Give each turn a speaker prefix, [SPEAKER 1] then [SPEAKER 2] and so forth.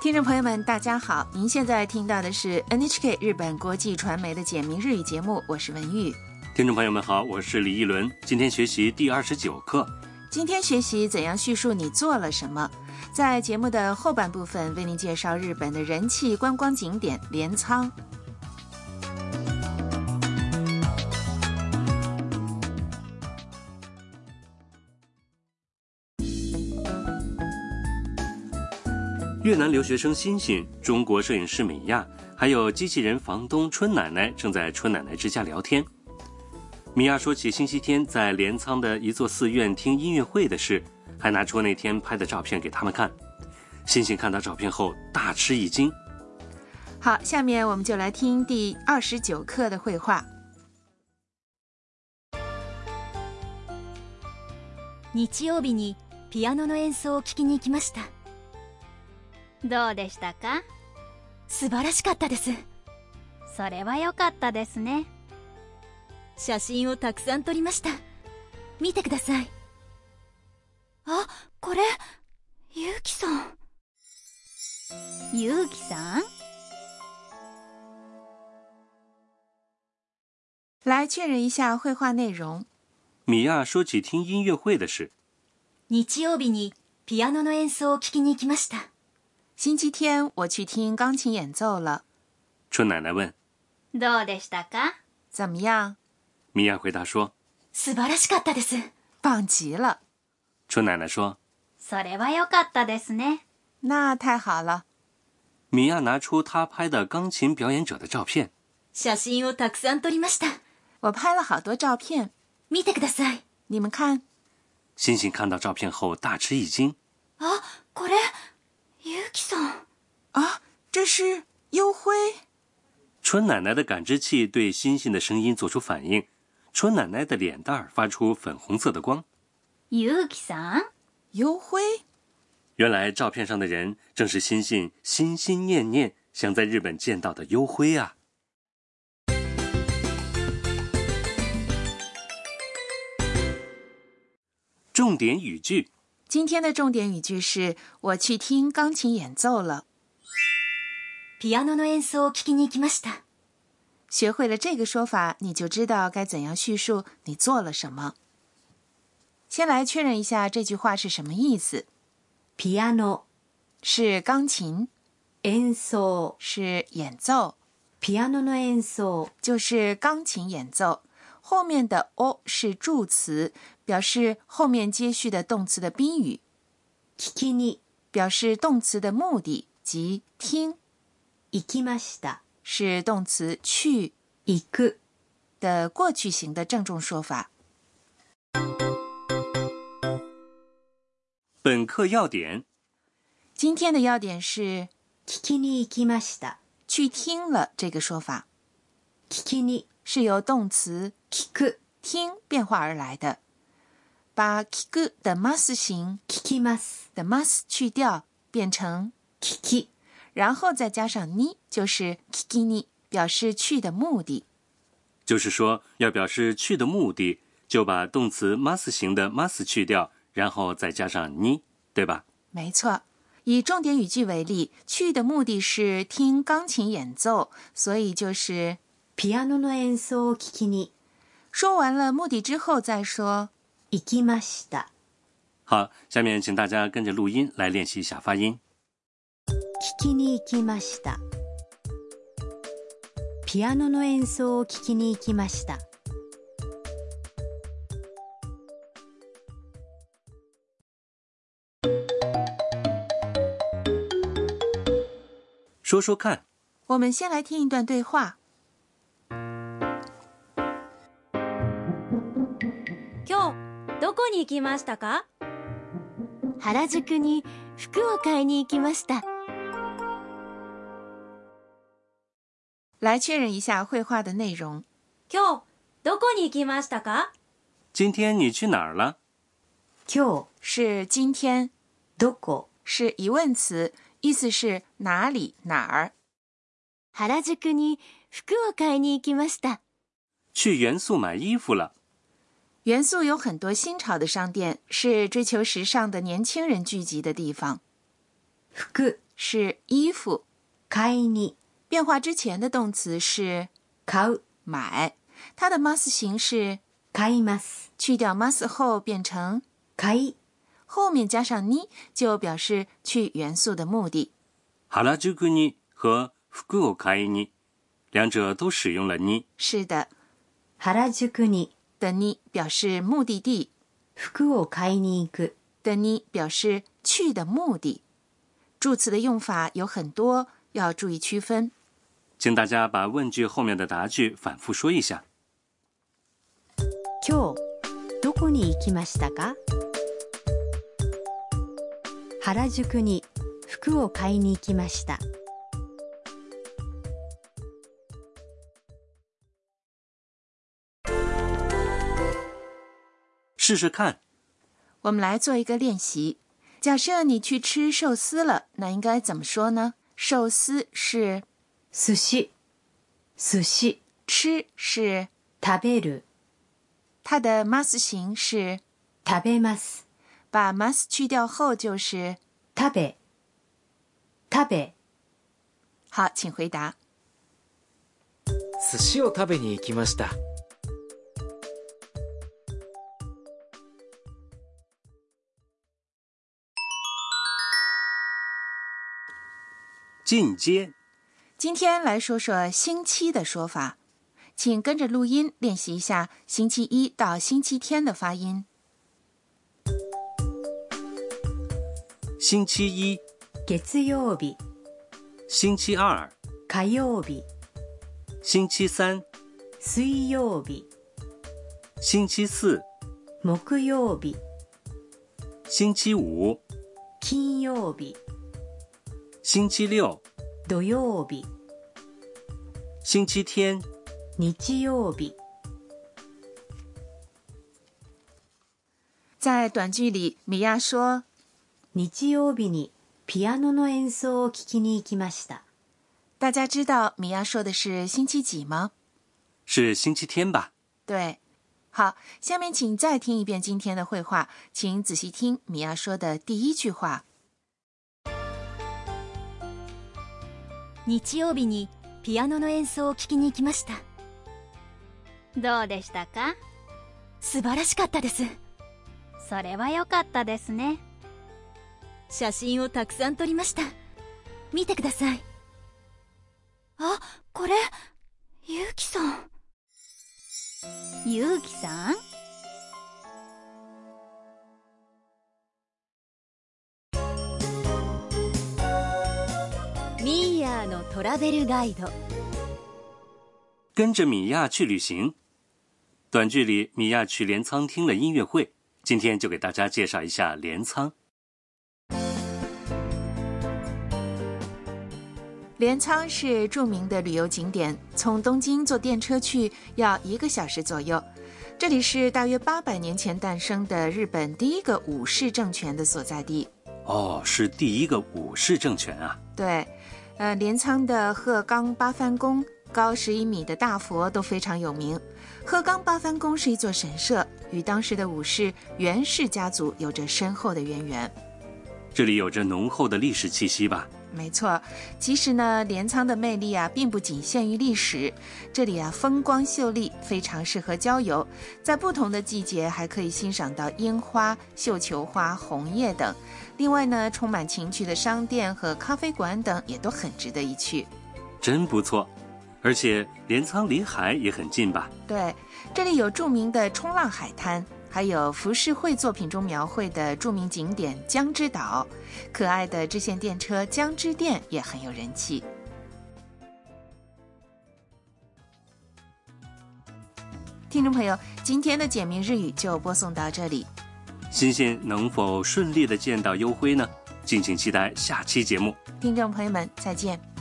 [SPEAKER 1] 听众朋友们，大家好！您现在听到的是 NHK 日本国际传媒的简明日语节目，我是文玉。
[SPEAKER 2] 听众朋友们好，我是李一伦，今天学习第二十九课。
[SPEAKER 1] 今天学习怎样叙述你做了什么。在节目的后半部分，为您介绍日本的人气观光景点镰仓。
[SPEAKER 2] 越南留学生欣欣、中国摄影师美亚，还有机器人房东春奶奶正在春奶奶之家聊天。米娅说起星期天在镰仓的一座寺院听音乐会的事，还拿出那天拍的照片给他们看。欣欣看到照片后大吃一惊。
[SPEAKER 1] 好，下面我们就来听第二十九课的绘画。
[SPEAKER 3] 日曜日にピアノの演奏を聞きに行きました
[SPEAKER 4] どうでしたか
[SPEAKER 3] 素晴らしかったです
[SPEAKER 4] それは良かったですね
[SPEAKER 3] 写真をたくさん撮りました見てください
[SPEAKER 5] あこれゆうきさん
[SPEAKER 4] ゆうきさん
[SPEAKER 1] 来确认一下绘画内容。
[SPEAKER 2] 米娅说起听音乐会的事，
[SPEAKER 3] 日曜日にピアノの演奏を聞きに行きました
[SPEAKER 1] 星期天我去听钢琴演奏了，
[SPEAKER 2] 春奶奶问。
[SPEAKER 4] どうでしたか
[SPEAKER 1] 怎么样？
[SPEAKER 2] 米娅回答说
[SPEAKER 3] 素晴らしかったです
[SPEAKER 1] 棒极了！：“
[SPEAKER 2] 春奶奶说。
[SPEAKER 4] それは良かったですね
[SPEAKER 1] 那太好了。”
[SPEAKER 2] 米娅拿出她拍的钢琴表演者的照片。
[SPEAKER 3] 写真をたくさん撮りました
[SPEAKER 1] 我拍了好多照片，
[SPEAKER 3] 見てください
[SPEAKER 1] 你们看，
[SPEAKER 2] 欣欣看到照片后大吃一惊。
[SPEAKER 5] あこれゆうきさん
[SPEAKER 1] 啊这是幽灰。
[SPEAKER 2] 春奶奶的感知器对欣欣的声音做出反应，春奶奶的脸蛋儿发出粉红色的光。
[SPEAKER 4] ゆうきさん
[SPEAKER 1] 幽灰，
[SPEAKER 2] 原来照片上的人正是欣欣心心念念想在日本见到的幽辉啊！重点语句：
[SPEAKER 1] 今天的重点语句是我去听钢琴演奏了。
[SPEAKER 3] ピアノの演奏を聞きに行きました
[SPEAKER 1] 学会了这个说法，你就知道该怎样叙述你做了什么。先来确认一下这句话是什么意思：
[SPEAKER 3] ピアノ
[SPEAKER 1] 是钢琴，
[SPEAKER 3] 演奏
[SPEAKER 1] 是演奏，
[SPEAKER 3] ピアノの演奏
[SPEAKER 1] 就是钢琴演奏。后面的 o 是助词，表示后面接续的动词的宾语，
[SPEAKER 3] 聞きに
[SPEAKER 1] 表示动词的目的即听，
[SPEAKER 3] 行きました
[SPEAKER 1] 是动词去
[SPEAKER 3] 行く
[SPEAKER 1] 的过去型的郑重说法。
[SPEAKER 2] 本课要点：
[SPEAKER 1] 今天的要点是
[SPEAKER 3] 聞きに行きました
[SPEAKER 1] 去听了这个说法
[SPEAKER 3] 聞きに
[SPEAKER 1] 是由动词
[SPEAKER 3] 聞く
[SPEAKER 1] 听变化而来的。把 kiku 的 mas 型
[SPEAKER 3] 聞きます
[SPEAKER 1] 的 mas 去掉，变成，
[SPEAKER 3] 聞き
[SPEAKER 1] 然后再加上 ni，就是 kiki ni，表示去的目的。
[SPEAKER 2] 就是说，要表示去的目的，就把动词 mas 型的 mas 去掉，然后再加上 ni，对吧？
[SPEAKER 1] 没错，以重点语句为例，去的目的是听钢琴演奏，所以就是
[SPEAKER 3] ピアノの演奏を聞きに
[SPEAKER 1] 说完了目的之后再说。
[SPEAKER 3] 行きました
[SPEAKER 2] 好，下面请大家跟着录音来练习一下发音。
[SPEAKER 3] 聞きに行きましたピアノの演奏を聞きに行きました
[SPEAKER 2] 说说看，
[SPEAKER 1] 我们先来听一段对话。
[SPEAKER 5] 今日どこに行きましたか原宿に服を買いに行きました
[SPEAKER 1] 来确认一下绘画的内容。
[SPEAKER 5] 今日どこに行きましたか
[SPEAKER 2] 今天你去哪儿了？
[SPEAKER 3] 今日
[SPEAKER 1] 是今天，
[SPEAKER 3] どこ
[SPEAKER 1] 是疑问词，意思是哪里哪儿。
[SPEAKER 5] 原宿に服を買いに行きました
[SPEAKER 2] 去元素买衣服了。
[SPEAKER 1] 元素有很多新潮的商店，是追求时尚的年轻人聚集的地方。
[SPEAKER 3] 服
[SPEAKER 1] 是衣服，
[SPEAKER 6] 買いに、
[SPEAKER 1] 变化之前的动词是
[SPEAKER 6] 買う、
[SPEAKER 1] 买，它的 mas 形式
[SPEAKER 6] 買います、
[SPEAKER 1] 去掉 mas 后变成
[SPEAKER 6] 買い、
[SPEAKER 1] 后面加上に就表示去元素的目的。
[SPEAKER 2] 原宿に和服を買いに，两者都使用了に。
[SPEAKER 1] 是的，
[SPEAKER 6] 原宿に
[SPEAKER 1] 的に表示目的地，
[SPEAKER 6] 服を買いに行く、
[SPEAKER 1] 的に表示去的目的。助词的用法有很多，要注意区分。
[SPEAKER 2] 请大家把问句后面的答句反复说一下。
[SPEAKER 6] 今日、どこに行きましたか原宿に服を買いに行きました。
[SPEAKER 2] 试试看，
[SPEAKER 1] 我们来做一个练习。假设你去吃寿司了，那应该怎么说呢？寿司是
[SPEAKER 6] 寿司、寿司、
[SPEAKER 1] 吃是
[SPEAKER 6] 食べる、
[SPEAKER 1] 它的 mas 形是
[SPEAKER 6] 食べます、
[SPEAKER 1] 把 mas 去掉后就是。
[SPEAKER 6] 食べ、食べ、
[SPEAKER 1] 好，请回答。
[SPEAKER 7] 寿司を食べに行きました
[SPEAKER 2] 进阶
[SPEAKER 1] 今天来说说星期的说法，请跟着录音练习一下星期一到星期天的发音。
[SPEAKER 2] 星期一、
[SPEAKER 6] 月曜日、
[SPEAKER 2] 星期二、
[SPEAKER 6] 火曜日、
[SPEAKER 2] 星期三、
[SPEAKER 6] 水曜日、
[SPEAKER 2] 星期四、
[SPEAKER 6] 木曜日、
[SPEAKER 2] 星期五、
[SPEAKER 6] 金曜日、
[SPEAKER 2] 星期六、
[SPEAKER 6] 土曜日、
[SPEAKER 2] 星期天。
[SPEAKER 6] 日曜日、
[SPEAKER 1] 在短句里，米娅说
[SPEAKER 6] 日曜日にピアノの演奏を聴きに行きました。：“
[SPEAKER 1] 大家知道米娅说的是星期几吗
[SPEAKER 2] 是星期天吧？”
[SPEAKER 1] 对。好，下面请再听一遍今天的绘画，请仔细听米娅说的第一句话。
[SPEAKER 3] 日曜日にピアノの演奏を聴きに行きました
[SPEAKER 4] どうでしたか
[SPEAKER 3] 素晴らしかったです
[SPEAKER 4] それは良かったですね。
[SPEAKER 3] 写真をたくさん撮りました見てくださいあこれゆうきさん
[SPEAKER 4] ゆうきさん
[SPEAKER 3] ミーヤーのトラベルガイド
[SPEAKER 2] 跟着米娅去旅行。短剧里，米娅去镰仓听了音乐会，今天就给大家介绍一下镰仓。
[SPEAKER 1] 镰仓是著名的旅游景点，从东京坐电车去要一个小时左右。这里是大约八百年前诞生的日本第一个武士政权的所在地。
[SPEAKER 2] 哦，是第一个武士政权啊！
[SPEAKER 1] 对，呃，镰仓的鹤冈八幡宫高十一米的大佛都非常有名。鹤冈八幡宫是一座神社，与当时的武士源氏家族有着深厚的渊源。
[SPEAKER 2] 这里有着浓厚的历史气息吧？
[SPEAKER 1] 没错，其实呢，镰仓的魅力啊，并不仅限于历史。这里啊，风光秀丽，非常适合郊游。在不同的季节，还可以欣赏到樱花、绣球花、红叶等。另外呢，充满情趣的商店和咖啡馆等也都很值得一去。
[SPEAKER 2] 真不错，而且镰仓离海也很近吧？
[SPEAKER 1] 对，这里有著名的冲浪海滩，还有浮世绘作品中描绘的著名景点江之岛，可爱的支线电车江之电也很有人气。听众朋友，今天的简明日语就播送到这里。
[SPEAKER 2] 欣欣能否顺利的见到幽辉呢？敬请期待下期节目。
[SPEAKER 1] 听众朋友们，再见。